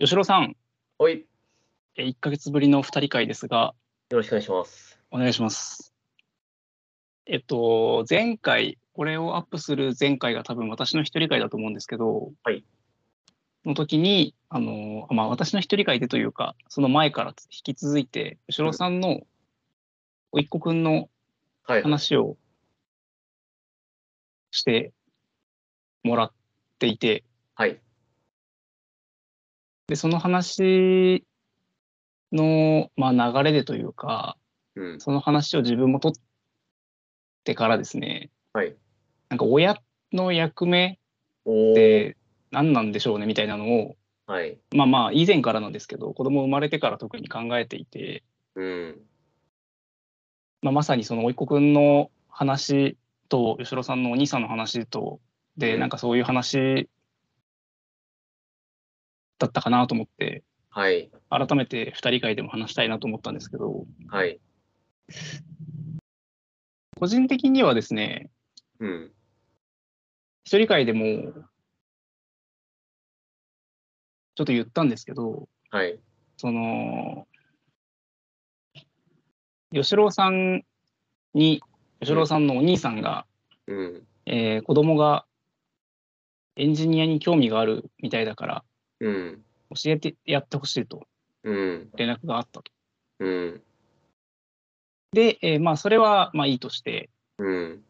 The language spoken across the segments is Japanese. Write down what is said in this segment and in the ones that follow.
吉郎さん、はい、よえ1ヶ月ぶりの2人会ですが、ろしくお願いします。お願いします。えっと、前回、これをアップする前回が多分私の一人会だと思うんですけど、はいの時に、あの、まあ私の一人会でというか、その前から引き続いて、吉郎さんの、おいっ子くんのはい、話をしてもらっていて、はい、で、その話の、まあ、流れでというか、うん、その話を自分も取ってからですね、はい。なんか親の役目っおー、て何なんでしょうねみたいなのを、はい、まあまあ以前からなんですけど、子供生まれてから特に考えていて、うん、まあ、まさにそのおいっ子くんの話と、吉郎さんのお兄さんの話と、で、うんなんかそういう話だったかなと思って、はい、改めて2人会でも話したいなと思ったんですけど、はい、個人的にはですね、うん、一人会でも、ちょっと言ったんですけど、はい、その、吉郎さんに、吉郎さんのお兄さんが、うん、えー子供がエンジニアに興味があるみたいだから、うん、教えてやってほしいとうん、連絡があったと。うん、で、えーまあ、それはまあいいとして、うん、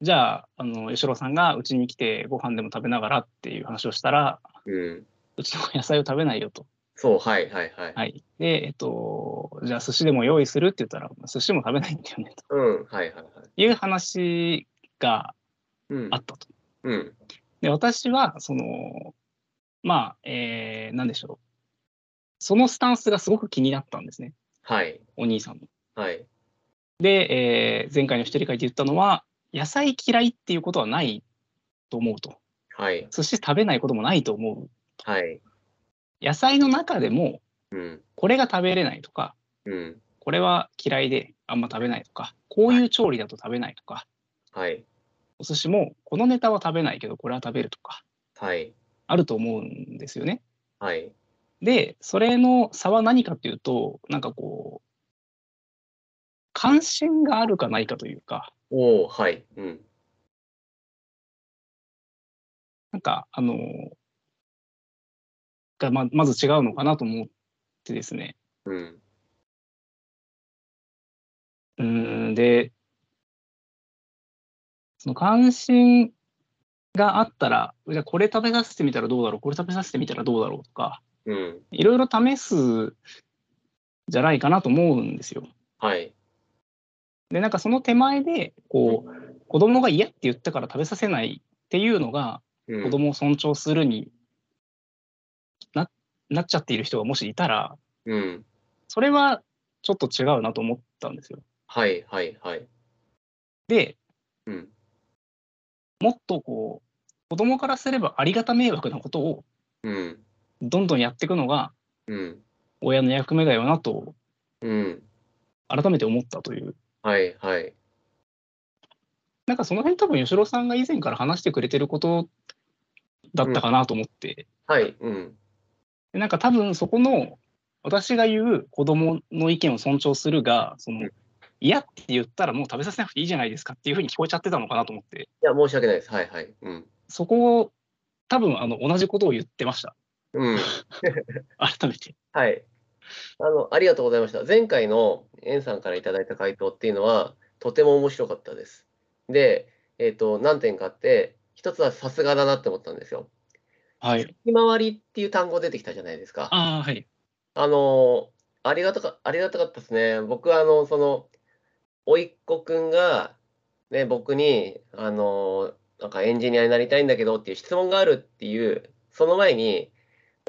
じゃあ、あの吉郎さんがうちに来てご飯でも食べながらっていう話をしたら、 うん、うちの野菜を食べないよと。そう、はい、はい、はい、はい。で、えっと、じゃあ寿司でも用意するって言ったら、寿司も食べないんだよね、とうん、はい、はい、はい、いう話がうんあ、ったと。うん、で、私は、その、まあ、えー、なんでしょう。そのスタンスがすごく気になったんですね、はい、お兄さんの。はい、で、えー前回の一人会で言ったのは、野菜嫌いっていうことはないと思うと。はい、寿司食べないこともないと思う。はい、野菜の中でも、うん、これが食べれないとか、うん、これは嫌いであんま食べないとか、こういう調理だと食べないとか、はい、お寿司もこのネタは食べないけどこれは食べるとかはい、あると思うんですよね。はい、でそれの差は何かっていうとなんかこう関心があるかないかというかおー、はい、うん、なんかあのがままず違うのかなと思ってですねうん、うーんでその関心があったらじゃあこれ食べさせてみたらどうだろうこれ食べさせてみたらどうだろうとかうん、いろいろ試すじゃないかなと思うんですよ。はい、で、なんかその手前で、こう、子供が嫌って言ったから食べさせないっていうのが、うん、子供を尊重するにななっちゃっている人がもしいたら、うん、それはちょっと違うなと思ったんですよ。はい、はい、はい、で、うん、もっとこう、子供からすればありがた迷惑なことをうん、どんどんやっていくのがうん、親の役目だよなとうん、改めて思ったという。はい、はい、なんかその辺多分吉郎さんが以前から話してくれてることだったかなと思って、はい、うん、でなんか多分そこの私が言う子供の意見を尊重するがその、うん嫌って言ったらもう食べさせなくていいじゃないですかっていうふうに聞こえちゃってたのかなと思っていや、申し訳ないです。はいはい。うん。そこを多分あの同じことを言ってました うん。改めて。はい。あの、ありがとうございました。前回のエンさんからいただいた回答っていうのは、とても面白かったです。で、えっ、と、何点かあって、一つはさすがだなって思ったんですよ。はい、ひまわりっていう単語出てきたじゃないですか。ああはい。あのー、ありがたか、ありがたかったですね。僕は、あの、その、甥っ子くんが、ね、僕に、あのー、なんかエンジニアになりたいんだけどっていう質問があるっていう、その前に、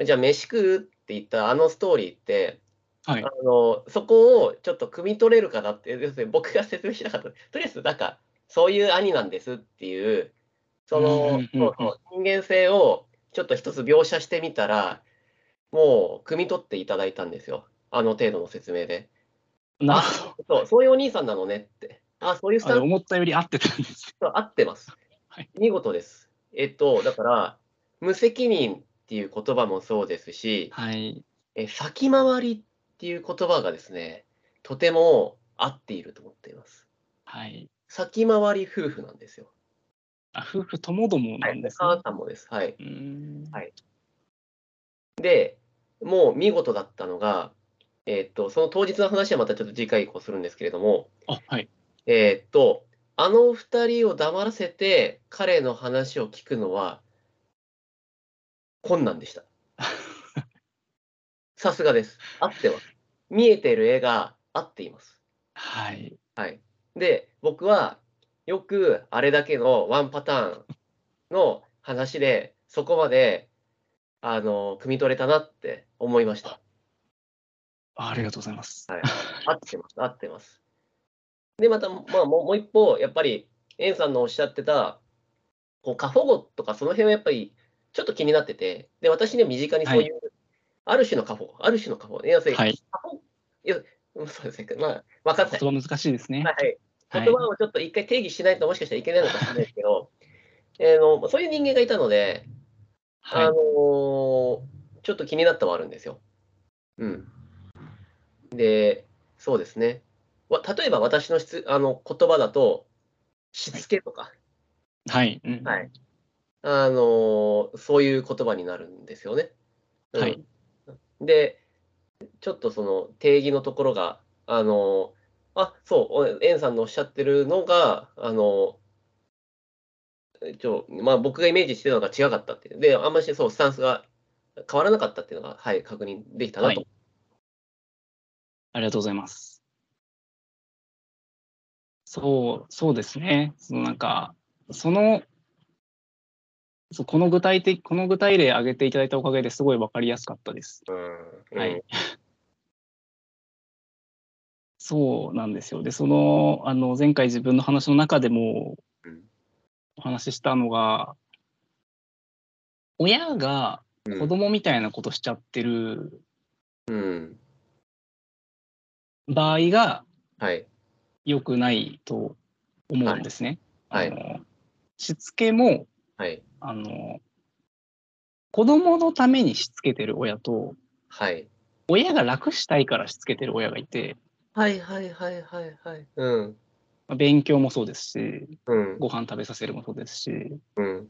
じゃあ飯食うって言ったあのストーリーって、はいあのー、そこをちょっと汲み取れるかなって、要するに僕が説明しなかった。とりあえず、なんか、そういう兄なんですっていう、そうんうんうんうの、んそうそう人間性をちょっと一つ描写してみたら、もう、汲み取っていただいたんですよ。あの程度の説明で。なるほどそう、そういうお兄さんなのねって。あ、そういうスあタれン思ったより合ってたん です。スと合ってますはい。見事です。えっと、だから、無責任っていう言葉もそうですし、はい。え先回りっていう言葉がですね、とても合っていると思っています。はい。先回り夫婦なんですよ。あ、夫婦ともどもなんですね。母さんもです。はい。うーん。はいで、もう見事だったのが、えーっと、その当日の話はまたちょっと次回以降するんですけれども、あ、はい。えーっと、あの二人を黙らせて彼の話を聞くのは困 難でした。さすがです。合ってます。見えてる絵が合っています。はい。はい。で、僕はよくあれだけのワンパターンの話で、そこまで、あの、汲み取れたなって思いました。あありがとうございます。はい。合ってます、合ってます。で、また、まあ、もうもう一方、やっぱり、エンさんのおっしゃってた、こう、過保護とか、その辺はやっぱり、ちょっと気になってて、で、私には身近にそういう、ある種の過保護、ある種の過保護、いや、それ、はい。過保護、いや、そうですね、まあ、分かった。言葉難しいですね。はい。は言い。葉をちょっと一回定義しないともしかしたらいけないのかもしれないです けど、えーのそういう人間がいたので、あはいのー。ちょっと気になったはあるんですよ。うん。で、そうですね。わ例えば私の質あの言葉だと、しつけとか、はい。うんはいあのーそういう言葉になるんですよね。うんはい。で、ちょっとその定義のところが、あの、あ、そう、おエンさんのおっしゃってるのが、あの、えちょ、まあ僕がイメージしてるのが違かったっていう。で、あんまりそう、スタンスが変わらなかったっていうのが、はい、確認できたなと。はいありがとうございます。そう、そうですね。そのなんか、その、そうこの具体的、この具体例挙げていただいたおかげですごい分かりやすかったです。うんはい。 そうなんですよ。で、その、あの、前回自分の話の中でもうんお話ししたのが、親がうん子供みたいなことしちゃってるうん。場合がはい。良くないと思うんですね。はいあのしつけも、はい。あの、子供のためにしつけてる親と、はい。親が楽したいからしつけてる親がいて、はいはいはいはいはい。うん。まあ勉強もそうですし、うん。ご飯食べさせるもそうですし、うん。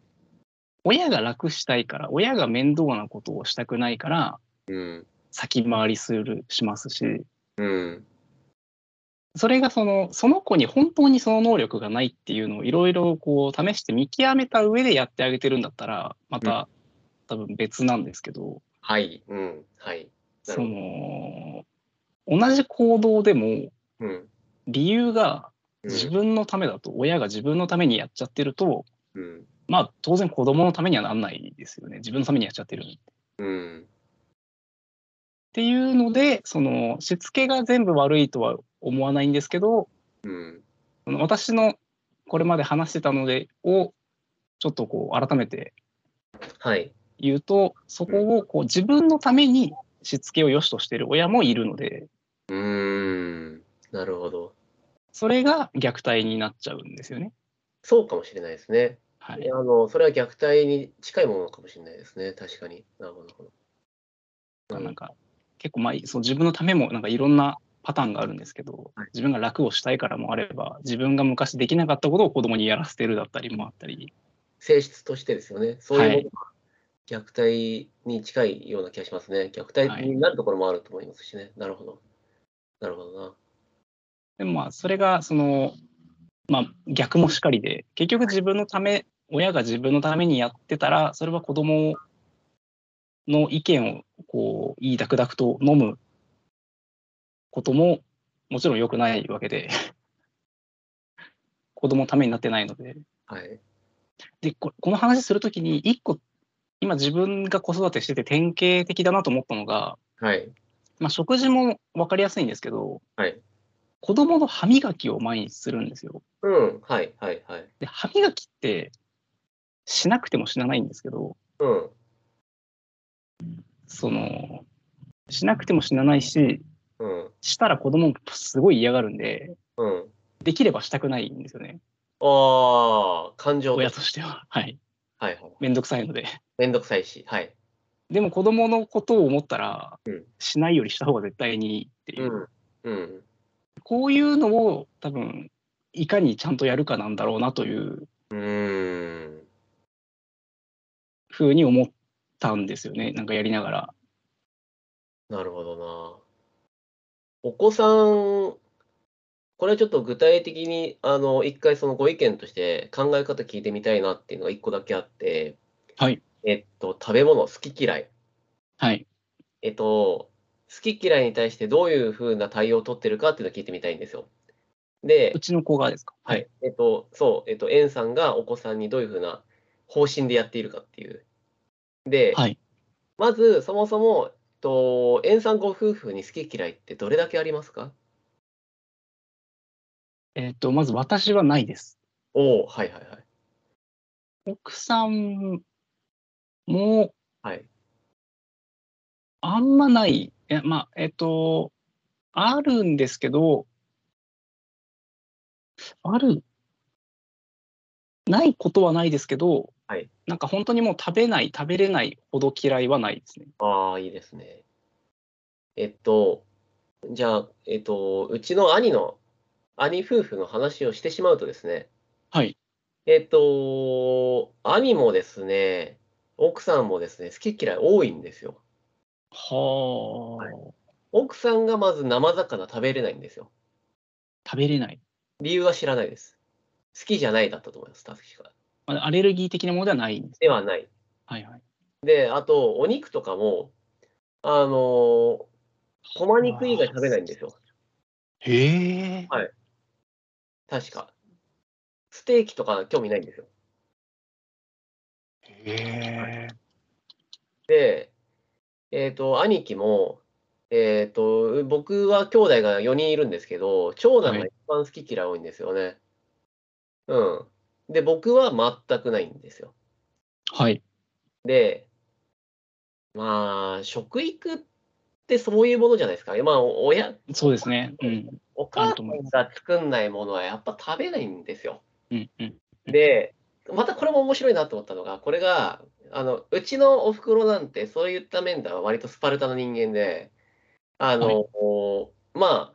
親が楽したいから、親が面倒なことをしたくないから、うん。先回りする、しますし、うん。それがその、その子に本当にその能力がないっていうのをいろいろこう試して見極めた上でやってあげてるんだったら、また多分別なんですけど、はい。うん。はい。なそるほどの、同じ行動でも、うん。理由がうん自分のためだと、親が自分のためにやっちゃってるとうん。まあ当然子供のためにはなんないですよね自分のためにやっちゃってるっうん。ていうのでそのしつけが全部悪いとは思わないんですけどうん。その私のこれまで話してたのでをちょっとこう改めてはい。言うとそこをこう自分のためにしつけを良しとしてる親もいるのでうーん、なるほど。それが虐待になっちゃうんですよね。そうかもしれないですね。はいいや、あの、それは虐待に近いものかもしれないですね。確かに。なるほどなるほど。うんなんか結構まあそう自分のためもなんかいろんなパターンがあるんですけど、はい自分が楽をしたいからもあれば自分が昔できなかったことを子供にやらせてるだったりもあったり性質としてですよね。そういうもはのいが虐待に近いような気がしますね。虐は待いになるところもあると思いますしね。なるほど。なるほどな。でもまあそれがその、まあ、逆もしかりで結局自分のため親が自分のためにやってたらそれは子供の意見をこういいダクダクと飲むことももちろん良くないわけで 子供のためになってないので。はい。でここの話するときに一個今自分が子育てしてて典型的だなと思ったのが、はい。まあ、食事も分かりやすいんですけど、はい子供の歯磨きを毎日するんですよ。うん。はい。はい。はい。で歯磨きってしなくても死なないんですけどうん。そのしなくても死なないしうん。したら子供もすごい嫌がるんでうん。できればしたくないんですよねああ、感情親ととして。しては。はいはい。はい。めんどくさいので。めんどくさいし。はい。でも子供のことを思ったらうん、しないよりした方が絶対にいいっていうう、ん。うん。こういうのを多分、いかにちゃんとやるかなんだろうなといううん。ふうに思ったんですよね、なんかやりながら。なるほどな。お子さん、これちょっと具体的に、あの、一回そのご意見として考え方聞いてみたいなっていうのが一個だけあって、はい。えっと、食べ物好き嫌い。はい。えっと、好き嫌いに対してどういうふうな対応を取ってるかっていうのを聞いてみたいんですよ。でう、ちの子がですか。はい。。えっと、そう、えっと、園さんがお子さんにどういうふうな方針でやっているかっていう。で、はい。まず、そもそも、えっと、園さんご夫婦に好き嫌いってどれだけありますかえっ、と、まず私はないです。おお、はいはいはい。奥さんもはい。あんまない。いやまあ、えっ、と、あるんですけど、ある、ないことはないですけど、はいなんか本当にもう食べない、食べれないほど嫌いはないですね。ああ、いいですね。えっと、じゃあ、えっと、うちの兄の、兄夫婦の話をしてしまうとですね、はい。えっと、兄もですね、奥さんもですね、好き嫌い多いんですよ。はあ、奥さんがまず生魚食べれないんですよ。食べれない。理由は知らないです。好きじゃないだったと思います、確か。まあアレルギー的なものではないんです。ではない。はいはい。で、あと、お肉とかも、あのー、コマ肉以外食べないんですよ。へえ。確か。ステーキとか興味ないんですよ。へえ。で、えっと、兄貴も、えっと、僕は兄弟が4人いるんですけど、長男が一番好き嫌い多いんですよね。うん。で、僕は全くないんですよ。はい。で、まあ、食育ってそういうものじゃないですか。まあ、お親、そうですね。うん。おあ母るさとん思いますが作んないものはやっぱ食べないんですよ。うんうん。で、またこれも面白いなと思ったのが、これが、あの、うちのお袋なんて、そういった面では割とスパルタの人間で、あの、はこうまあ、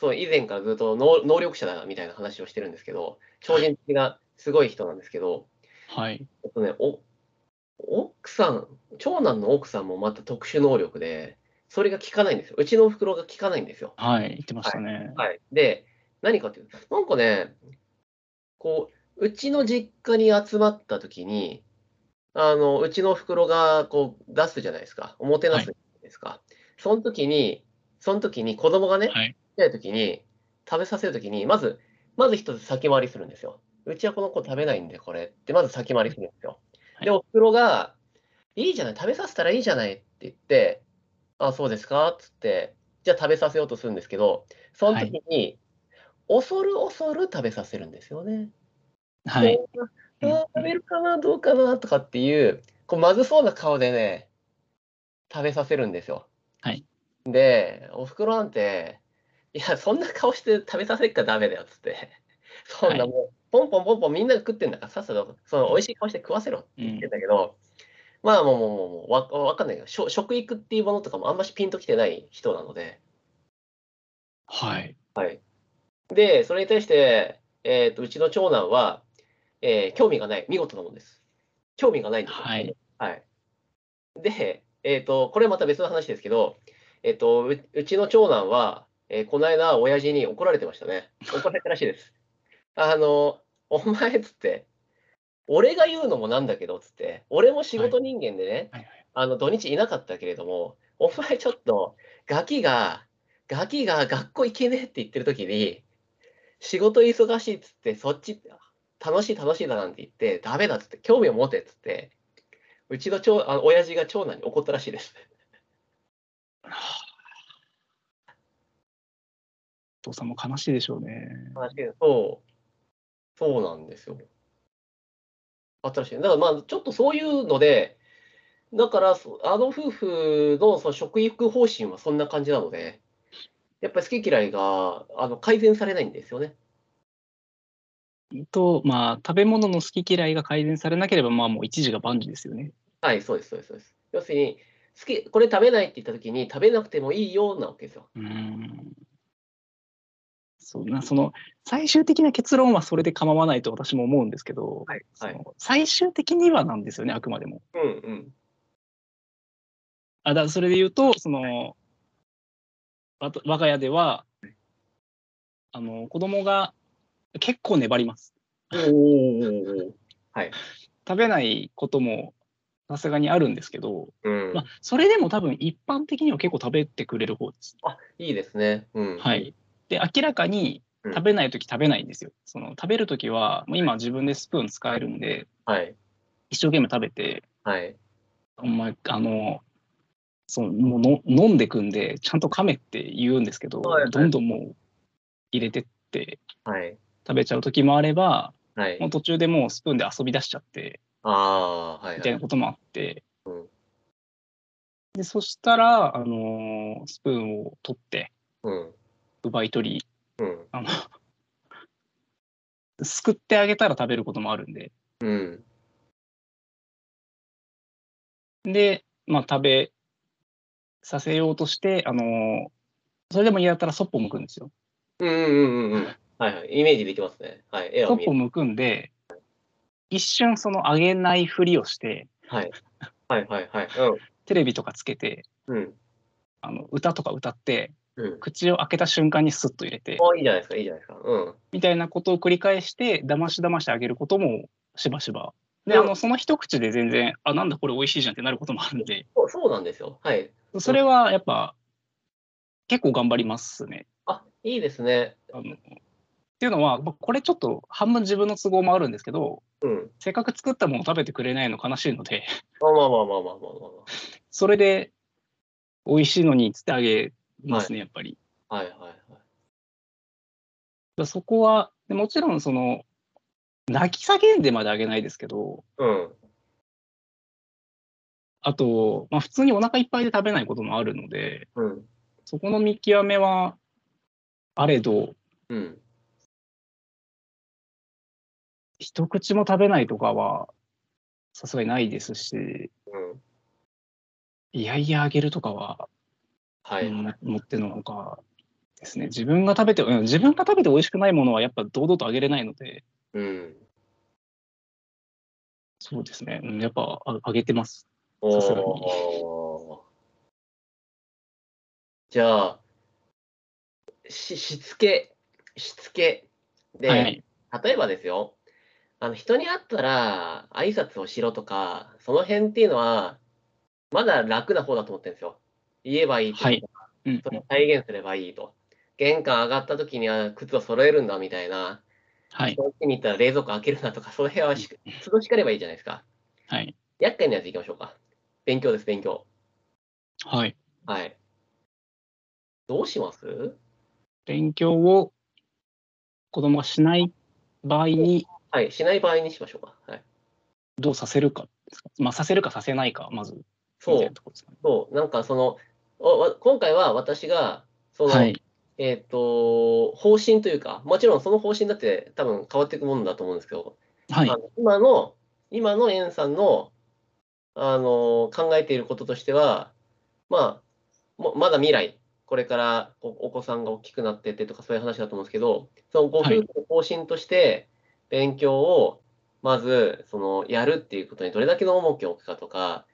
そう、以前からずっと能能力者だみたいな話をしてるんですけど、超人的なすごい人なんですけど、はい。えっとね、お、奥さん、長男の奥さんもまた特殊能力で、それが効かないんですよ。うちのお袋が効かないんですよ。はい。言ってましたね。はい。で、何かっていうと、なんかね、こう、うちの実家に集まった時に、あの、うちのお袋がこう出すじゃないですか。おもてなすじゃないですか。その時に、その時に子供がね、ちっはい。ちゃい時に、食べさせる時に、まず、まず一つ先回りするんですよ。うちはこの子食べないんで、これって、まず先回りするんですよ。はいで、お袋が、いいじゃない、食べさせたらいいじゃないって言って、あ、そうですかっつって、じゃあ食べさせようとするんですけど、その時に、恐る恐る食べさせるんですよね。はい。あー食べるかな、どうかなとかっていう、こうまずそうな顔でね、食べさせるんですよ。はいで、おふくろなんて、いや、そんな顔して食べさせっかダメだよっつって、 そんなもう、ポンポンポンポンみんなが食ってんだから、さっさと、その美味しい顔して食わせろって言ってんだけど、まあもうもうもうもうわ、わかんないけど、しょ食育っていうものとかもあんましピンときてない人なので、はい。で、それに対して、えーと、うちの長男は、えー興味がない、見事なもんです。興味がないんですよ。はい。はい。で、えっと、これまた別の話ですけど、えっと、ううちの長男は、えーこの間、親父に怒られてましたね。怒られたらしいです。あの、お前っつって、俺が言うのもなんだけどっつって、俺も仕事人間でね、はいはいあの土日いなかったけれども、お前ちょっと、ガキが、ガキが学校行けねえって言ってる時に、仕事忙しいっつって、そっち、楽しい楽しいだなんて言って、ダメだっつって、興味を持てっつって、うちの長あの親父が長男に怒ったらしいです。お父さんも悲しいでしょうね。そう。そうなんですよ。あったらしい。だからまあ、ちょっとそういうので、だからそ、あの夫婦のその食育方針はそんな感じなので、やっぱり好き嫌いがあの改善されないんですよね。と、まあ、食べ物の好き嫌いが改善されなければ、まあ、もう一時が万事ですよね。はい、そうです、そうです、そうです。要するに、好き、これ食べないって言った時に、食べなくてもいいようなわけですよ。うんそうなその最終的な結論はそれで構わないと私も思うんですけど、はいそはい。の最終的にはなんですよねあくまでも。うんうん。あだそれで言うとその、わた我が家ではあの子供が結構粘りますおー。食べないこともさすがにあるんですけど、うんま。あ、それでも多分一般的には結構食べてくれる方です。あ、いいですね。うん。は。い、で明らかにうん食べない時食べないんですよ。その食べる時はもう今自分でスプーン使えるんではい。一生懸命食べてはい。お前あのそのもうの飲んでくんでちゃんと噛めって言うんですけど、はいはいどんどんもう入れてってはい。食べちゃう時もあればはもうい。途中でもうスプーンで遊び出しちゃってああー、はいみは。たいないこともあって、うんでそしたら、あのースプーンを取ってうん。奪い取りうん。あのすくってあげたら食べることもあるんでうん。で、まあ、食べさせようとして、あのーそれでも嫌だったらそっぽ向くんですよ。うんうんうんうん。はいはい。イメージできますね。はい。絵そをっ見ぽる。向くんで一瞬そのあげないふりをしてはい。はいはいはい。テレビとかつけてうん。うん。あの歌とか歌ってうん。口を開けた瞬間にスッと入れてあ、いいじゃないですか。いいじゃないですか。うん。みたいなことを繰り返して、騙し騙してあげることもしばしば。で、うんあの、その一口で全然、あ、なんだこれ美味しいじゃんってなることもあるんで、そうそうなんですよ。はい。それはやっぱ、結構頑張りますね。あ、いいですね。あのっていうのは、まあこれちょっと半分自分の都合もあるんですけど、うん。せっかく作ったものを食べてくれないの悲しいので、あまあまあまあまあまあまあまそれで、美味しいのにっつってあげますね、やっぱり。あ。はいはいはい。だからそこは、でもちろん、その、泣き叫んでまであげないですけど、うん。あと、まあ、普通にお腹いっぱいで食べないこともあるので、うん。そこの見極めは、あれど、うん。一口も食べないとかは、さすがにないですし、うん。いやいやあげるとかは、はい。うん持ってのほかですね。自分が食べて、うん、自分が食べて美味しくないものはやっぱ堂々とあげれないので、うん。そうですね。うんやっぱああげてます。おさすがにお。じゃあ、し、しつけ、しつけ。で、はい。例えばですよ、あの人に会ったら挨拶をしろとか、その辺っていうのは、まだ楽な方だと思ってるんですよ。言えばいいとか、はいうんそれを体現すればいいと。玄関上がった時には靴を揃えるんだみたいな、はい。その時に行ったら冷蔵庫開けるなとか、その辺はし、都度しかればいいじゃないですか。はい。厄介なやつ行きましょうか。勉強です、勉強。はい。はい。どうします勉強を子供がしない場合に、はい、しない場合にしましょうか。はい。どうさせるかですかまあ、させるかさせないか、まず。そみたいうな、とこですかねそう、なんかその、おわ今回は私が、その、はい。えっ、と、方針というか、もちろんその方針だって多分変わっていくもんだと思うんですけど、はいあ。の今の、今の円さんの、あの考えていることとしては、まあ、もまだ未来、これからおお子さんが大きくなってってとかそういう話だと思うんですけど、そのご夫はい婦の方針として、勉強をまず、その、やるっていうことにどれだけの重きを置くかとか、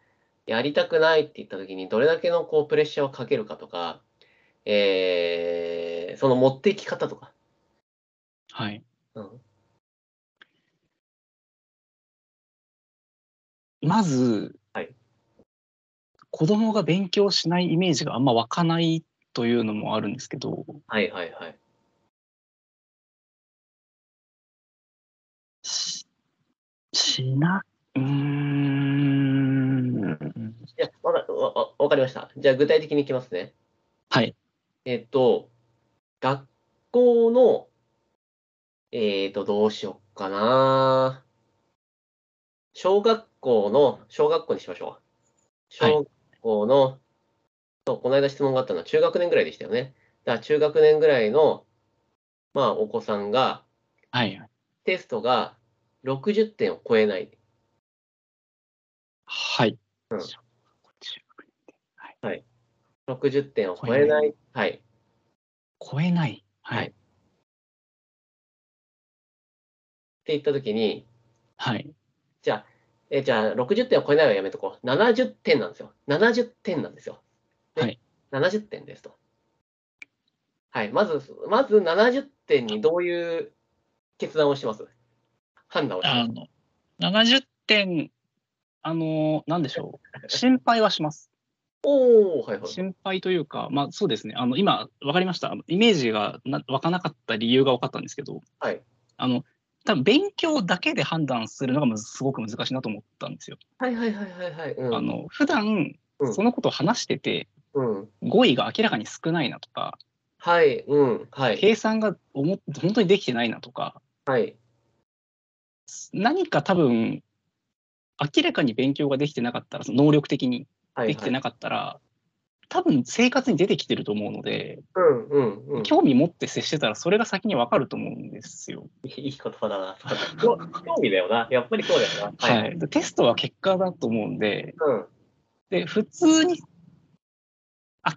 やりたくないって言った時にどれだけのこうプレッシャーをかけるかとか、えー、その持っていき方とか。はい。うん。まず、はい子供が勉強しないイメージがあんま湧かないというのもあるんですけど、はいはいはい。ししな、うーん。いや、わかわわわかりました。じゃあ具体的にいきますね。はい。えっと、学校の、えっと、どうしよっかな。小学校の、小学校にしましょう。はい小学校の、そうこの間質問があったのは中学年ぐらいでしたよね。だから中学年ぐらいの、まあ、お子さんが、はい。テストが60点を超えない。はい。うん小学校中学年ではい。60点を超えない。はい。超えない。ははいい。って言ったときに、はい。じゃあ、えじゃあ60点を超えないはやめとこう。70点なんですよ。70点なんですよ。ではい70点ですと。はい。まず、まず70点にどういう決断をします判断をしまあす。の、70点、あの、なんでしょ う。心配はします。おおはいはい。心配というか、まあそうですね。あの、今、わかりました。あのイメージがな湧かなかった理由が分かったんですけど、はい。あの、多分勉強だけで判断するのがむずすごく難しいなと思ったんですよ。はいはいはいはいはい。うん、あ、の、普段う、んそのことを話してて、うん。語彙が明らかに少ないなとか、はい、うん。はい。計算が思っ本当にできてないなとかはい。何か多分明らかに勉強ができてなかったらその能力的にはい。できてはい。なかったら、多分生活に出てきてると思うので、うんうんうん。興味持って接してたらそれが先に分かると思うんですよ。いい言葉だな。興味だよな。やっぱりそうだよな。はい。でテストは結果だと思うんでうん。で普通に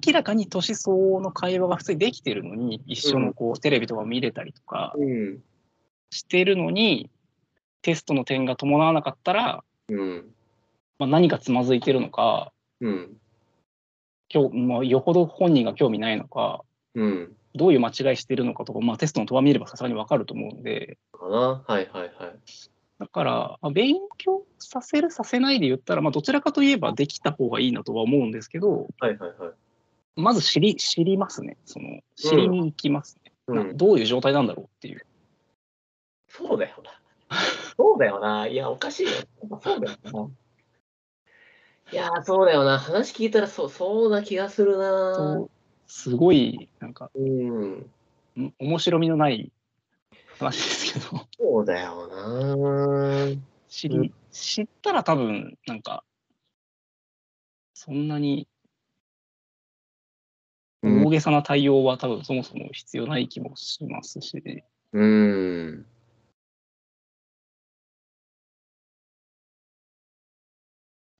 明らかに年相応の会話が普通にできてるのに一緒のこう、テレビとか見れたりとかうん。してるのにテストの点が伴わなかったらうん。まあ、何かつまずいてるのか、うん。今日まあ、よほど本人が興味ないのか、うん。どういう間違いしてるのかとか、まあ、テストの問は見ればさすがに分かると思うんで、かな。はいはいはい。だから、まあ勉強させる、させないで言ったら、まあ、どちらかといえばできた方がいいなとは思うんですけど、はいはいはい。まず知り、知りますね。その、知りに行きますね。う。なんどういう状態なんだろうっていう。そうだよな。そうだよな。いや、おかしいよ。そうだよな。いやー、そうだよな。話聞いたらそう、そうな気がするな。そうすごい、なんか、うん。ん面白みのない話ですけど、 そうだよな。知うり、知ったら多分、なんか、そんなにうん大げさな対応は多分そもそも必要ない気もしますし、うん。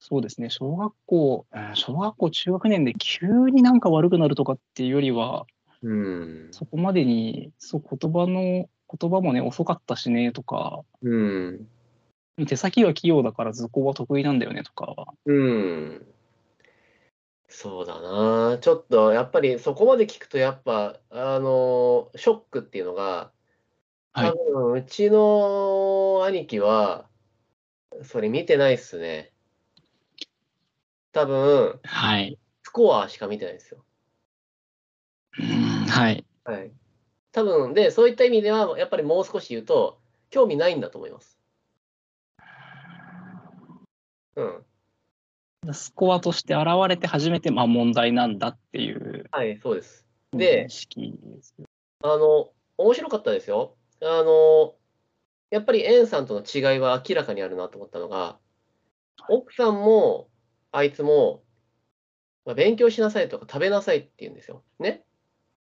そうですね、小学校、うん小学校中学年で急になんか悪くなるとかっていうよりは、うん。そこまでにそう言葉の、言葉もね、遅かったしねとか、うん。手先は器用だから図工は得意なんだよねとか、うん。そうだな。ちょっと、やっぱりそこまで聞くと、やっぱ、あの、ショックっていうのが、はい多分、うちの兄貴は、それ見てないっすね。多分、はい、スコアしか見てないですよ。うんはい、はい。多分、で、そういった意味では、やっぱりもう少し言うと、興味ないんだと思います。うん。スコアとして現れて初めて、まあ、問題なんだっていうはい、そうです。で認、識ですけど。あの、面白かったですよ。あの、やっぱりエンさんとの違いは明らかにあるなと思ったのが、奥さんも、あいつも、まあ、勉強しなさいとか食べなさいって言うんですよ。ね。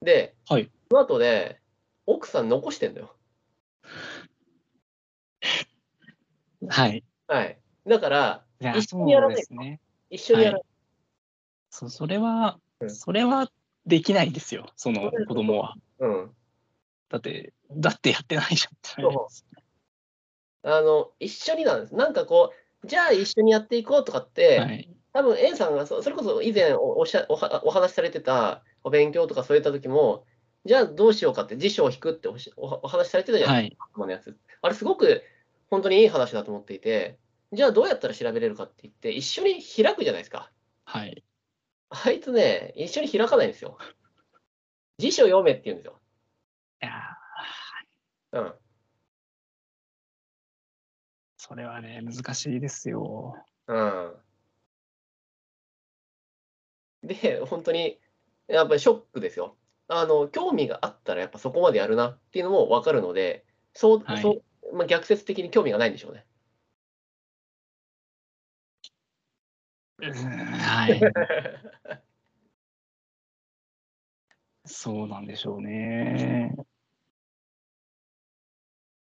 で、はいその後で、奥さん残してんだよ。はい。はい。だから、いや、一緒にやそらうないですね。一緒にやらない。そそれは、うんそれはできないですよ、そのそうです子供は。うん。だって、だってやってないじゃんってなります。あの、一緒になんです。なんかこう、じゃあ一緒にやっていこうとかって、はい。多分 A さんがそそれこそ以前おおっしゃおはお話しされてたお勉強とかそういった時もじゃあどうしようかって辞書を引くっておしおお話しされてたじゃないはい。ですか、のやつあれすごく本当にいい話だと思っていてじゃあどうやったら調べれるかって言って一緒に開くじゃないですかはい。あいつね一緒に開かないんですよ辞書読めって言うんですよ、いやーうん、それはね、難しいですよ。うんで、本当に、やっぱりショックですよ。あの、興味があったら、やっぱそこまでやるなっていうのも分かるので、そう、はいそう、まあ、逆説的に興味がないんでしょうね。うーんはい。 そうなんでしょうね。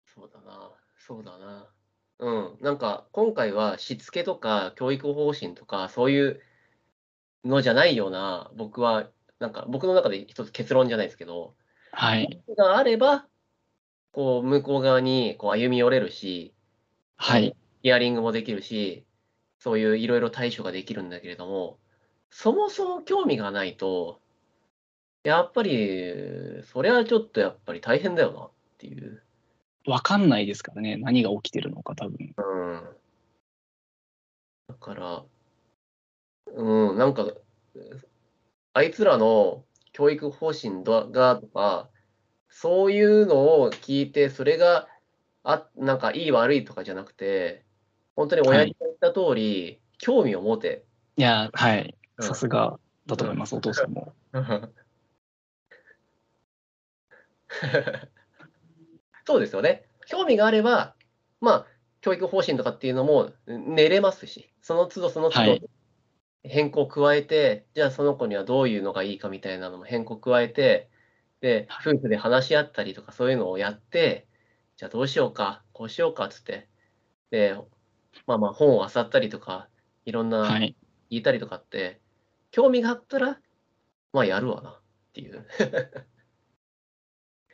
そうだな、そうだな。うん、なんか今回はしつけとか教育方針とか、そういう、のじゃないような、僕は、なんか僕の中で一つ結論じゃないですけど、はい。があれば、こう、向こう側にこう歩み寄れるし、はい。ヒアリングもできるし、そういういろいろ対処ができるんだけれども、そもそも興味がないと、やっぱり、それはちょっとやっぱり大変だよなっていう。わかんないですからね。何が起きてるのか、多分。うん。だから、うん、なんか、あいつらの教育方針だがとか、そういうのを聞いて、それが、あ、なんかいい悪いとかじゃなくて、本当に親父が言った通り、興味を持て。いや、はい。うんさすがだと思います、お父さんも。 そうですよね。興味があれば、まあ、教育方針とかっていうのも寝れますし、その都度その都は度い変更を加えて、じゃあその子にはどういうのがいいかみたいなのも変更を加えて、で、夫婦で話し合ったりとかそういうのをやって、じゃあどうしようか、こうしようかっつって、で、まあまあ本を漁ったりとか、いろんなは聞い。いたりとかって、興味があったら、まあやるわなっていう。い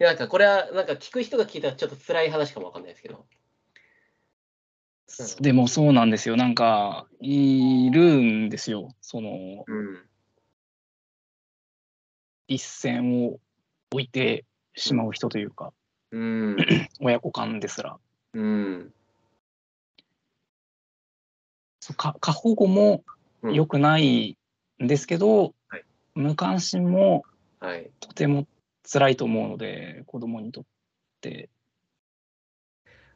やなんかこれはなんか聞く人が聞いたらちょっと辛い話かもわかんないですけど。でもそうなんですよ。なんか、いるんですよ。その、うん。一線を置いてしまう人というか、うん。親子間ですら。うん。そうか過保護もうん良くないんですけど、はい無関心もはい。とても辛いと思うので子供にとって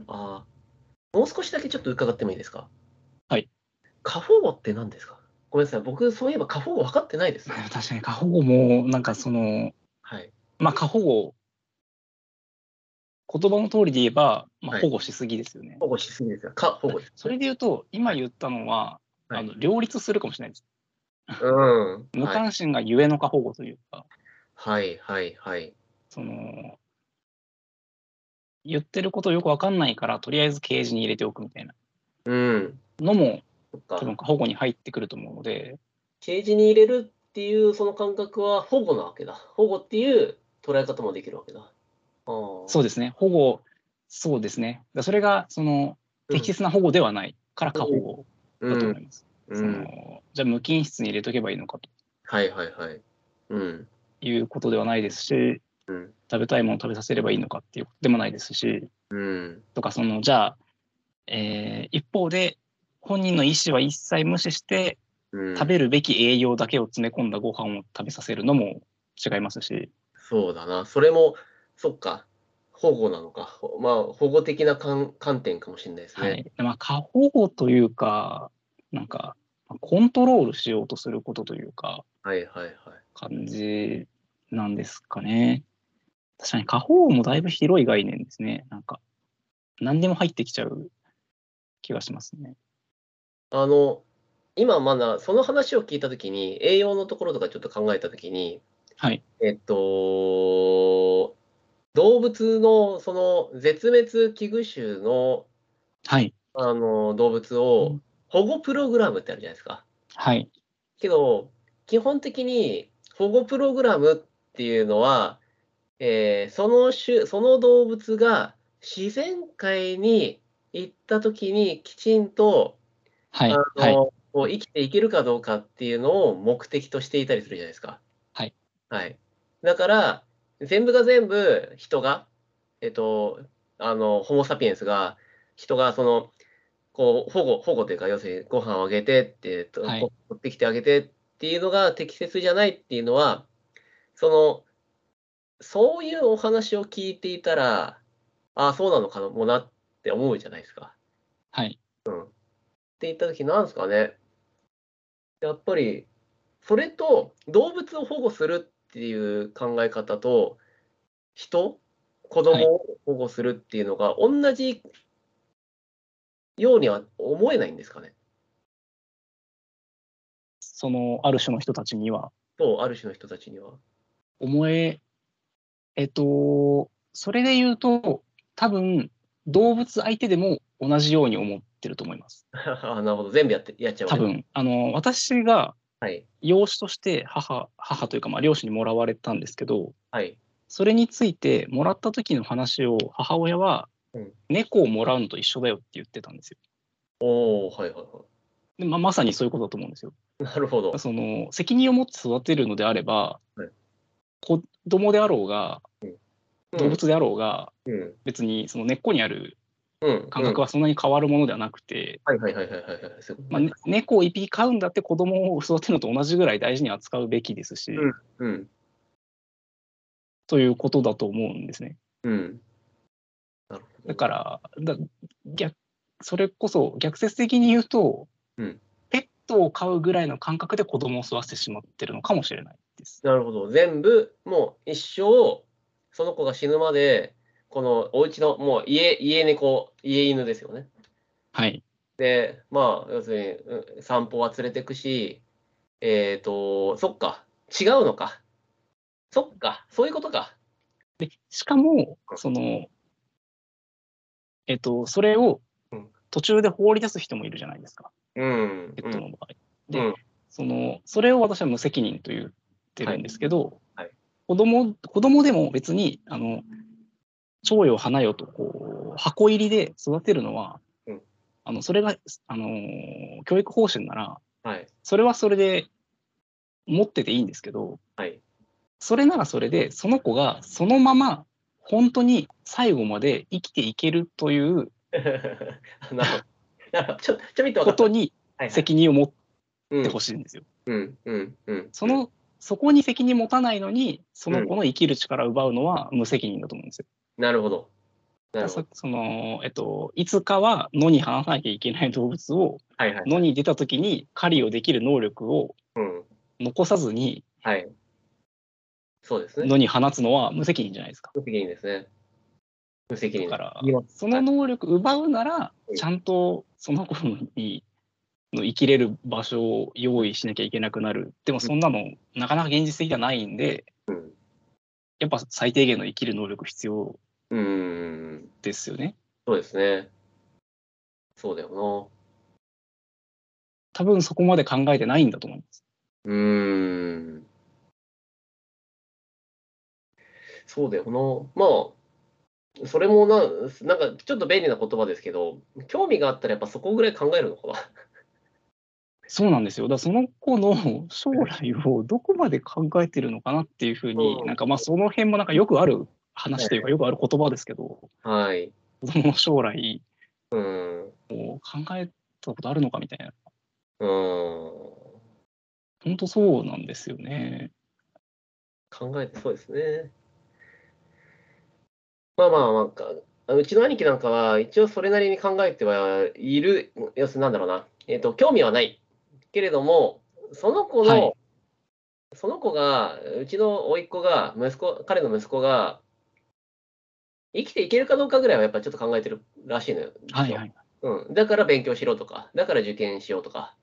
ああ。もう少しだけちょっと伺ってもいいですかはい。過保護って何ですかごめんなさい。僕、そういえば過保護分かってないです。確かに過保護もなんかそのはい。まあ過保護言葉の通りで言えば、まはあ、い保護しすぎですよね、保護しすぎですよ。過保護です。それで言うと今言ったのは、はいあの両立するかもしれないですうん。無はい。関心がゆえの過保護というか、はい。はい。はい。その言ってることよくわかんないからとりあえずケージに入れておくみたいなうん。のもそっ多か分。過保護に入ってくると思うのでケージに入れるっていうその感覚は保護なわけだ。保護っていう捉え方もできるわけだ。ああそうですね、保護、そうですね、だそれがそのうん適切な保護ではないから過保護うだとん思います。うそん。のじゃあ、無菌室に入れとけばいいのかとはいはいはい。うん。いうことではないですし、うん。食べたいものを食べさせればいいのかっていうことでもないですし、うん。とか、そのじゃあ、えー一方で、本人の意思は一切無視して、うん、食べるべき栄養だけを詰め込んだご飯を食べさせるのも違いますし、そうだな。それも、そっか。保護なのか。ほまあ、保護的な観観点かもしれないですはね。いまあ、過保護というか、なんか、コントロールしようとすることというか、はい、はい、はい。感じなんですかね。確かに過保護もだいぶ広い概念ですね。なんか、何でも入ってきちゃう気がしますね。あの、今まだ、その話を聞いたときに、栄養のところとかちょっと考えたときに、はい。えっと、動物のその絶滅危惧種のはい。あの動物うをん保護プログラムってあるじゃないですか。はい。けど、基本的に保護プログラムっていうのは、えーその種、その動物が自然界に行った時にきちんと、はい。あはい。のこう生きていけるかどうかっていうのを目的としていたりするじゃないですか。はい。はい。だから、全部が全部人が、えっと、あの、ホモ・サピエンスが、人がその、こう、保護、保護というか、要するにご飯をあげてって、えっとはいこう取ってきてあげてっていうのが適切じゃないっていうのは、その、そういうお話を聞いていたら、ああ、そうなのかもなって思うじゃないですか。はい。って言った時なんですかねやっぱりそれと動物を保護するっていう考え方と人子供を保護するっていうのが同じようには思えないんですかねその、ある種の人たちには、とある種の人たちには。 思え、えっと、それで言うと、多分、動物相手でも同じように思ってると思います。あなるほど。全部やって、やっちゃう。多。分あの私がはい。養子として母母というかまあ両親にもらわれたんですけどはい。それについてもらった時の話を母親はうん猫をもらうのと一緒だよって言ってたんですよ。おおはいはいはでまあ、まさにそういうことだと思うんですよ。い。なるほど。その責任を持って育てるのであれば、はい子供であろうがうん動物であろうが、うん。別にその根っこにあるうん。感覚はそんなに変わるものではなくて、うん。はいはいはいはいはいはい。すごいまあね猫を一匹飼うんだって子供を育てるのと同じぐらい大事に扱うべきですし、うん。ということだと思うんですね。うん。なるほど。だからだ逆それこそ逆説的に言うと、うんペットを飼うぐらいの感覚で子供を育ててしまってるのかもしれないです。なるほど。全部、もう一生、その子が死ぬまで、このお家の、もう家、家猫、家犬ですよね。はい、で、まあ、要するにうん、散歩は連れてくし、えっ、と、そっか、違うのか。そっか、そういうことか。しかもその、えっと、それをうん途中で放り出す人もいるじゃないですかうん。ペットの場合。うで、んそのそれを私は無責任と言ってるんですけど、はいはい子供子供でも別にあの蝶よ花よとこう箱入りで育てるのは、うんあのそれが、あのー教育方針ならはい。 それはそれで持ってていいんですけどはい。それならそれでその子がそのまま本当に最後まで生きていけるというなるほどなるほど。ちょ、ちょびっこと分かった。とにはいはい責任を持っうんてほしいんですよ。うんうんうん。そのそこに責任持たないのにその子の生きる力を奪うのは無責任だと思うんですよ。なるほど。なるほそど。そのえっと、いつかは野に放さなきゃいけない動物をはいはい。野に出た時に狩りをできる能力をうん。残さずにはい。そうですね。野に放つのは無責任じゃないですか。無責任ですね。無責任だでかす。ら言いまその能力奪うならうんちゃんとその子にの生きれる場所を用意しなきゃいけなくなるでもそんなのなかなか現実的じゃないんでうん。やっぱ最低限の生きる能力必要うーん。ですよね。そうですね。そうだよ多分そこまで考えてないんだと思います。な。うーん。そうだよな。まあ、それもな、なんかちょっと便利な言葉ですけど、興味があったらやっぱそこぐらい考えるのかな。そうなんですよ。だからその子の将来をどこまで考えてるのかなっていうふううに、んなんかまあその辺もなんかよくある話というかよくある言葉ですけど、はい。子供の将来うん。うを考えたことあるのかみたいな。ーん。本当そうなんですよね。考えてそうですね。まあまあ、なんか、うちの兄貴なんかは、一応それなりに考えてはいる、要するになんだろうな、えっ、と、興味はない。けれども、その子の、はいその子が、うちの甥っ子が、息子、彼の息子が、生きていけるかどうかぐらいはやっぱちょっと考えてるらしいのよ。はいはい。うん。だから勉強しろとか、だから受験しようとか。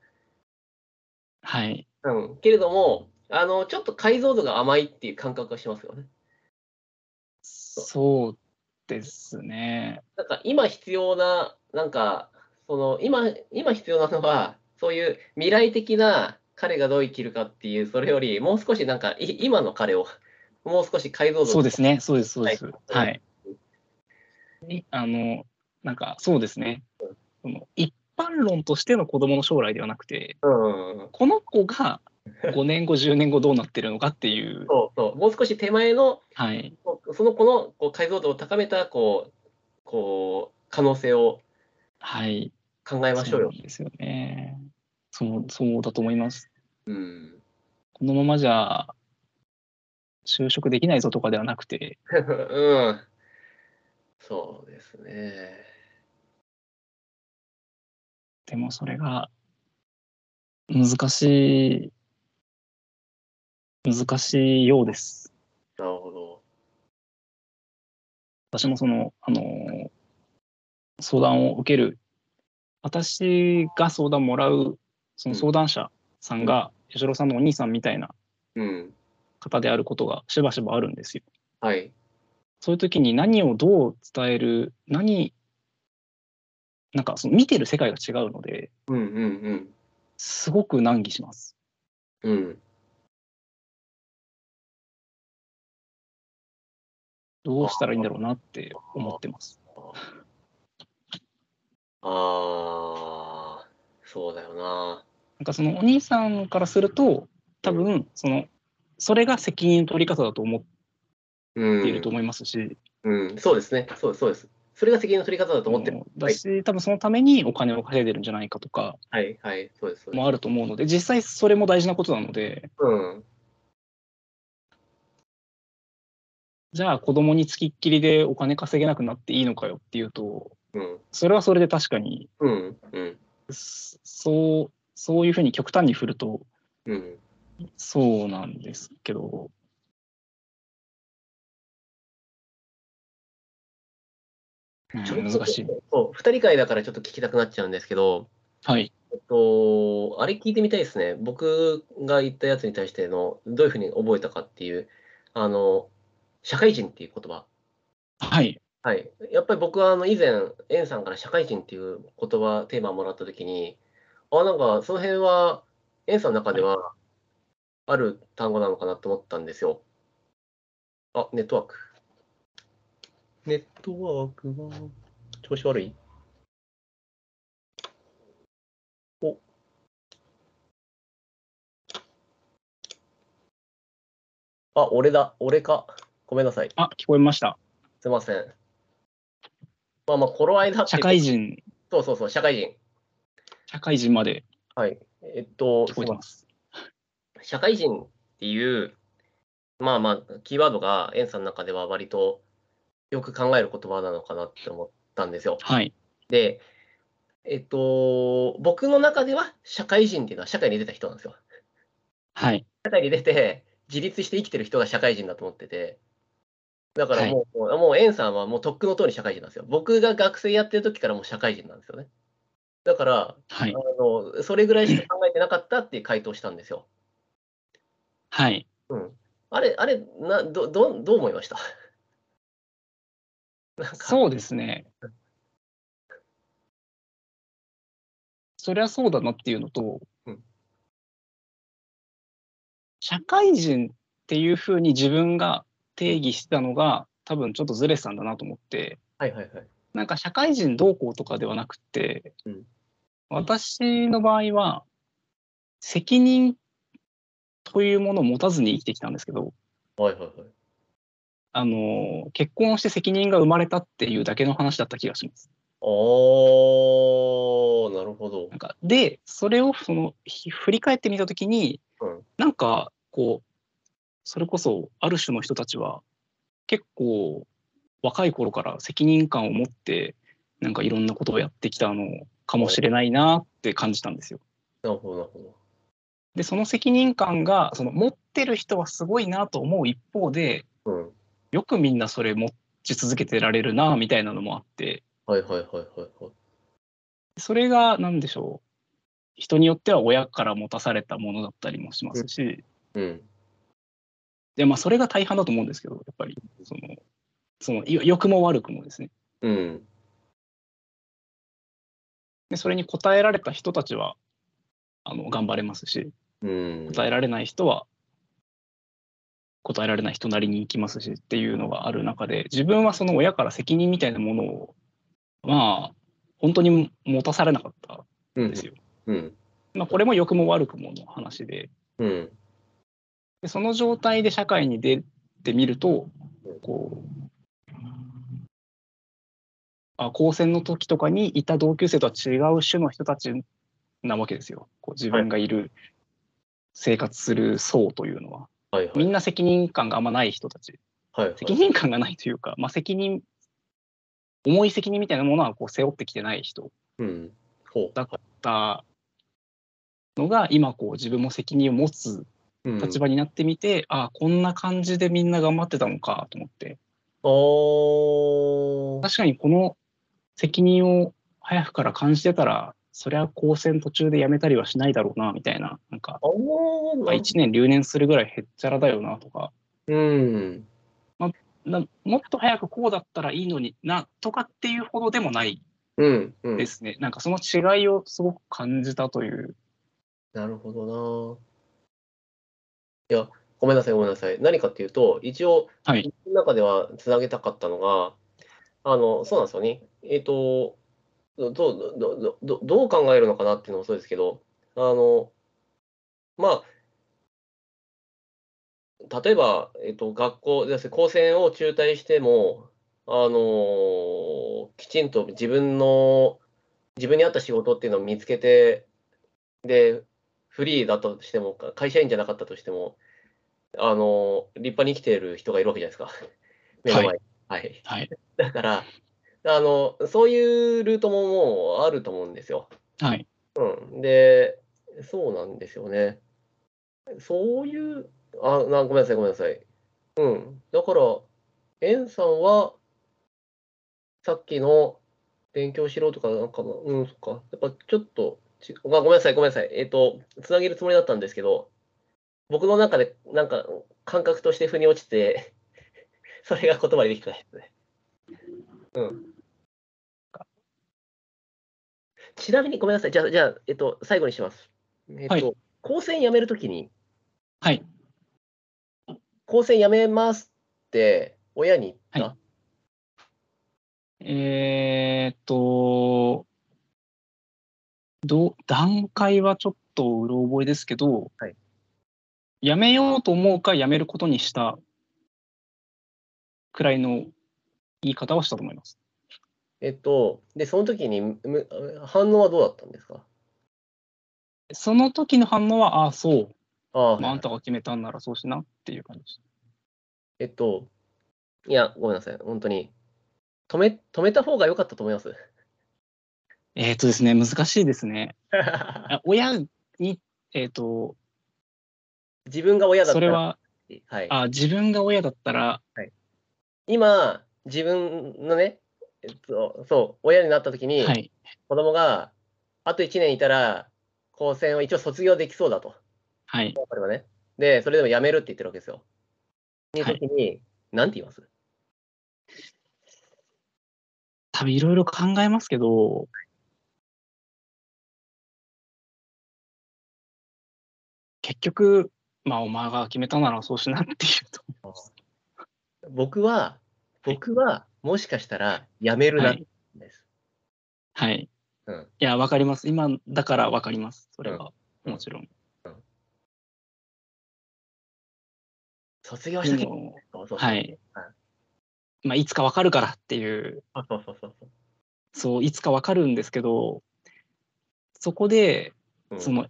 はい。うん。けれども、あの、ちょっと解像度が甘いっていう感覚がしますよね。そうですね。なんか今必要な、なんか、その今、今必要なのは、そういう未来的な彼がどう生きるかっていう、それより、もう少しなんか、い今の彼を、もう少し解像度そうですね。そうです、そうです。ははいい。にあの、なんかそうですね。その一般論としての子供の将来ではなくて、うん。この子が5年後、10年後どうなってるのかっていう、そうそう。もう少し手前の、はい、その子のこう解像度を高めた、こう、こう、可能性をはい、考えましょうそよう。なんですよね。そう、そうだと思います。うん。このままじゃ、就職できないぞとかではなくて、うん。 そうですね。でもそれが難しい、難しいようです。なるほど。私もその、あの相談を受ける、私が相談もらう、その相談者さんが、吉郎さんのお兄さんみたいなうん。方であることがしばしばあるんですよ。はい。そういう時に何をどう伝える何なんかその見てる世界が違うので、うんうんすごく難儀します。うん。うん。どうしたらいいんだろうなって思ってます。ああ、そうだよな。なんかそのお兄さんからすると、多分そのそれが責任の取り方だと思っうん。ていると思いますし、うん、そうですね。そうそうです。それが責任の取り方だと思ってる。だし、多分そのためにお金を稼いでるんじゃないかとかはい、はい、そうです。そうですもあると思うので、実際それも大事なことなので、うん。じゃあ子供につきっきりでお金稼げなくなっていいのかよっていうと、うん。それはそれで確かに、うん。うん。そそう、そういうふうに極端に振ると、うん。そうなんですけど、うんちょっと難しい。そう、二人会だからちょっと聞きたくなっちゃうんですけど、はい。えっと、あれ聞いてみたいですね。僕が言ったやつに対しての、どういうふうに覚えたかっていう、あの、社会人っていう言葉。はい。はい。やっぱり僕は、あの、以前、エンさんから社会人っていう言葉、テーマもらったときに、あ、なんか、その辺は、エンさんの中では、ある単語なのかなと思ったんですよ。あ、ネットワーク。ネットワークは、調子悪いお。あ、俺だ。俺か。ごめんなさい。あ、聞こえました。すいません。まあまあ、頃合いだって社会。人、そうそうそう、社会人。社会人まではい。えっと、聞こえてますす。いません社会人っていう、まあまあ、キーワードが、エンさんの中では割とよく考える言葉なのかなって思ったんですよ。はい。で、えっと、僕の中では、社会人っていうのは社会に出た人なんですよ。はい。社会に出て、自立して生きてる人が社会人だと思ってて、だからもう、もう、エンさんはもうとっくの通り社会人なんですよ。僕が学生やってる時からもう社会人なんですよね。だから、はい。あのそれぐらいしか考えてなかったっていう回答したんですよ。はい。あれ、あれ、などどどう思いましたなんか、そうですね。そりゃそうだなっていうのとうん、社会人っていうふうに自分が定義してたのが、多分ちょっとずれてたんだなと思って、はいはいはい。なんか社会人どうこうとかではなくて、うん私の場合は責任というものを持たずに生きてきたんですけど、はいはいはい。あの結婚をして責任が生まれたっていうだけの話だった気がします。おー、なるほどなん。かでそれをそのひ振り返ってみた時に、うんなんかこうそれこそある種の人たちは結構若い頃から責任感を持ってなんかいろんなことをやってきたのかもしれないなって感じたんですよ。なるほど、なるほど。でその責任感がその持ってる人はすごいなと思う一方でうん。よくみんなそれ持ち続けてられるなみたいなのもあってはいはいはいはいはい。それが何でしょう人によっては親から持たされたものだったりもしますし、うん。でまあ、それが大半だと思うんですけどやっぱりそのそのよ良くも悪くもですねうん。でそれに応えられた人たちはあの頑張れますしうん。答えられない人は答えられない人なりに行きますしっていうのがある中で自分はその親から責任みたいなものをまあ本当に持たされなかったうんんですよ。うん。まあ、これも良くも悪くもの話でうん。でその状態で社会に出てみるとこうあ高専の時とかにいた同級生とは違う種の人たちなわけですよこう自分がいる生活する層というのは。はいはい。みんな責任感があんまない人たち、はいはい。責任感がないというか、まあ、責任、重い責任みたいなものはこう背負ってきてない人うん。ほだだのが、今こう、自分も責任を持つう。うん立場になってみて、ああ、こんな感じでみんな頑張ってたのかと思って、おー。確かにこの責任を早くから感じてたら、そりゃ高専途中で辞めたりはしないだろうな、みたいな、なんか、おー。 1年留年するぐらいへっちゃらだよなとか、うん。なもっと早くこうだったらいいのになとかっていうほどでもないうん、うんで。すね、なんかその違いをすごく感じたというなるほどな。いや、ごめんなさい、ごめんなさい。何かっていうと、一応、はい僕の中ではつなげたかったのが、あの、そうなんですよね。えっ、と、どどどどどどう考えるのかなっていうのもそうですけど、あの、まあ、例えば、えっ、と、学校、ですね高専を中退しても、あのきちんと自分の、自分に合った仕事っていうのを見つけて、で、フリーだとしても、か会社員じゃなかったとしても、あの、立派に生きている人がいるわけじゃないですか。 目の前に。はい。はいだから、あの、そういうルートももうあると思うんですよ。はいうん。で、そうなんですよね。そういう、あ、なごめんなさい、ごめんなさい。うん。だから、エンさんは、さっきの勉強しろとか、なんかの、うん、そっか。やっぱちょっとち、あ、ごめんなさい、ごめんなさい。えっ、と、つなげるつもりだったんですけど、僕の中で、なんか、感覚として腑に落ちて、 それが言葉にできてないですね。うん。ちなみに、ごめんなさい。じゃあ、じゃあ、えっ、と、最後にします。えっ、と、はい高専辞めるときに、はい高専辞めますって、親に言った。えーっとどう段階はちょっとうろ覚えですけど、はいやめようと思うかやめることにしたくらいの言い方をしたと思います。えっと、で、その時にむむ反応はどうだったんですかその時の反応は、ああ、そう、ああ、まあ、あんたが決めたんならそうしなっていう感じでした。えっと、いや、ごめんなさい、本当に。止め、止めた方が良かったと思 います。えーっとですね、難しいですね。あ親に、えーっと、自分が親だったそれら、は、はい、あ自分が親だったら、今、自分のね、えっと、そう、親になった時に、はい、子供が、あと1年いたら、高専を一応卒業できそうだと。はい。これはね。で、それでも辞めるって言ってるわけですよ。にはい時に、なんて言います多分いろいろ考えますけど、結局、まあ、お前が決めたならそうしなっていうと 思います。僕は、僕は、もしかしたら、辞めるな、はいです。はい。うんいや、わかります。今だからわかります。それは、うんもちろん。卒業しでたけど、も、そうそうそうはい。まあ、いつかわかるからっていう、そうそうそうそうそう。そう、いつかわかるんですけど、そこで、うんその、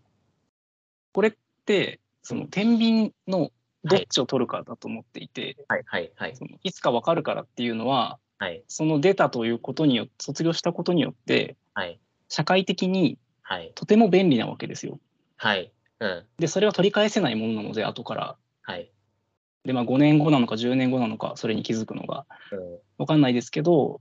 これって、その、天秤のどっちを取るかだと思っていて、はいはいはいそのいつかわかるからっていうのは、はいその出たということによって、卒業したことによって、はい社会的にはいとても便利なわけですよ。はいうんで、それは取り返せないものなので、後から。はいで、まあ5年後なのか10年後なのか、それに気づくのがうんわかんないですけど、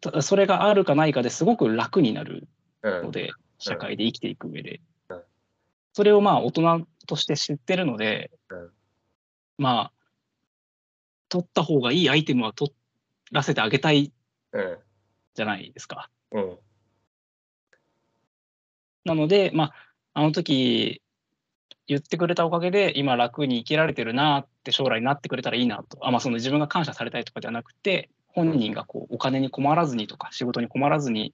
たそれがあるかないかですごく楽になるうのんで、社会で生きていく上で。それをまあ大人として知ってるのでうん、まあ、取った方がいいアイテムは取らせてあげたいうんじゃないですか。うんなので、まあ、あの時言ってくれたおかげで今楽に生きられてるなって将来なってくれたらいいなとあ、まあ、その自分が感謝されたいとかじゃなくて本人がこうお金に困らずにとか仕事に困らずに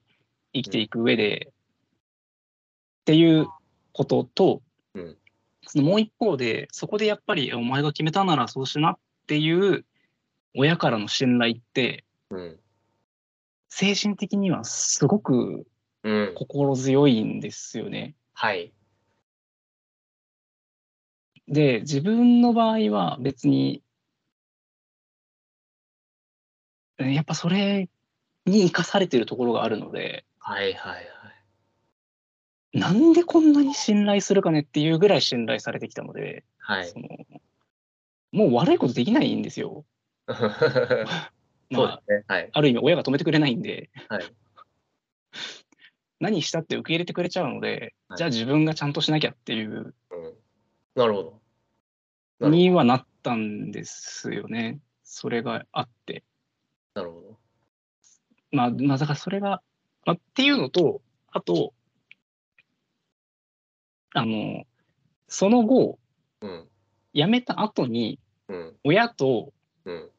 生きていく上でっていうことと、うんそのもう一方でそこでやっぱりお前が決めたならそうしなっていう親からの信頼ってうん精神的にはすごくうん心強いんですよね。はいで自分の場合は別にうんやっぱそれに生かされてるところがあるのではいはいはいなんでこんなに信頼するかねっていうぐらい信頼されてきたので、はいそのもう悪いことできないんですよ。 そうまあ、ですねはいある意味親が止めてくれないんで、はい何したって受け入れてくれちゃうので、はいじゃあ自分がちゃんとしなきゃっていううんなるほどなるほどにはなったんですよね。それがあって。なるほどまあ、まあ、だからそれが、まあ、っていうのと、あと、あの、その後、うん、辞めた後に、うん、親とうん、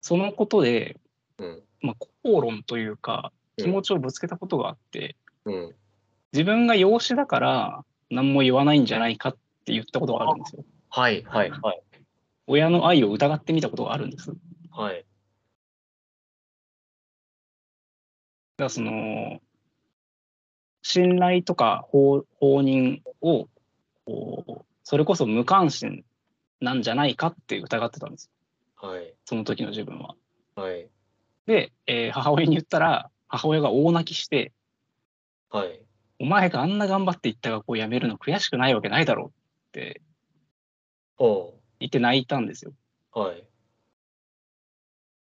そのことで、うん、まあ、口論というか、気持ちをぶつけたことがあって、うん。自分が養子だから、何も言わないんじゃないかって言ったことがあるんですよ。はい、はい、はい、親の愛を疑ってみたことがあるんです。だかはい。らその、信頼とか放放任を、こうそれこそ無関心なんじゃないかって疑ってたんですよ。はい、その時の自分は。はい、で、えー母親に言ったら、母親が大泣きして、はい。お前があんな頑張って言った学校辞めるの悔しくないわけないだろうってほ言って泣いたんですよ。う、はい、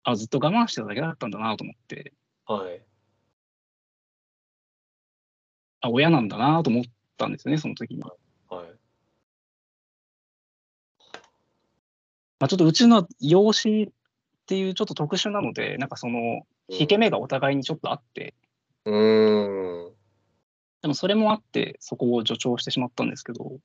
あ、ずっと我慢してただけだったんだなと思って、はい、あ、親なんだなと思ったんですよね、その時に。はい。まあ、ちょっとうちの養子っていうちょっと特殊なので、なんかその、引け目がお互いにちょっとあって、うーん、でもそれもあって、そこを助長してしまったんですけど、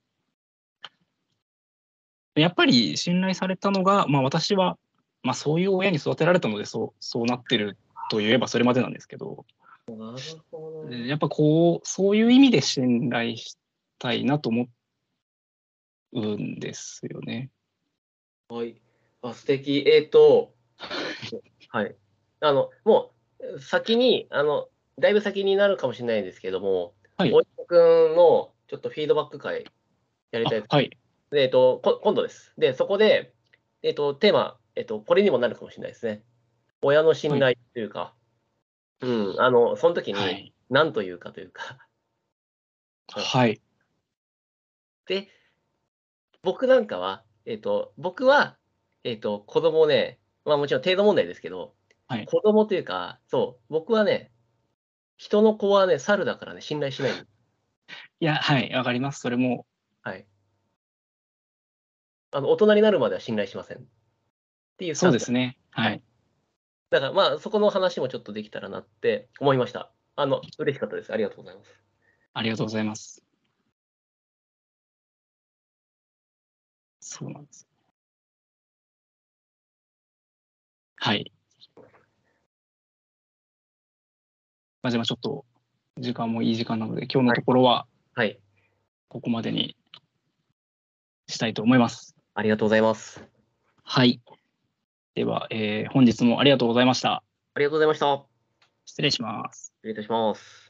やっぱり信頼されたのが、まあ私は、まあそういう親に育てられたので、そう、そうなってるといえばそれまでなんですけど、なるほど。やっぱこう、そういう意味で信頼したいなと思うんですよね。はい。あ、素敵。えっと、はい。あの、もう、先に、あの、だいぶ先になるかもしれないですけども、はいおいこくんの、ちょっとフィードバック会やりあたいです。はい。でえっと、こ、今度です。で、そこで、えっと、テーマ、えっと、これにもなるかもしれないですね。親の信頼というか、うん、あの、その時はに、い。何というかというか、はい。で、僕なんかは、えっ、と、僕は、えっ、と、子供をね、まあもちろん程度問題ですけど、はい子供というか、そう、僕はね、人の子はね、猿だからね、信頼しないんです。いや、はい。わかります。それも、はい。あの、大人になるまでは信頼しません。っていうスそタンうスですね。はい。だからまあ、そこの話もちょっとできたらなって思いました。あの、嬉しかったです。ありがとうございます。ありがとうございます。そうなんです。はい。まあ、じゃあ、ちょっと、時間もいい時間なので、今日のところは、はい。ここまでにしたいと思います。ありがとうございます。はい。では、えー本日もありがとうございました。ありがとうございました。失礼します。失礼いたします。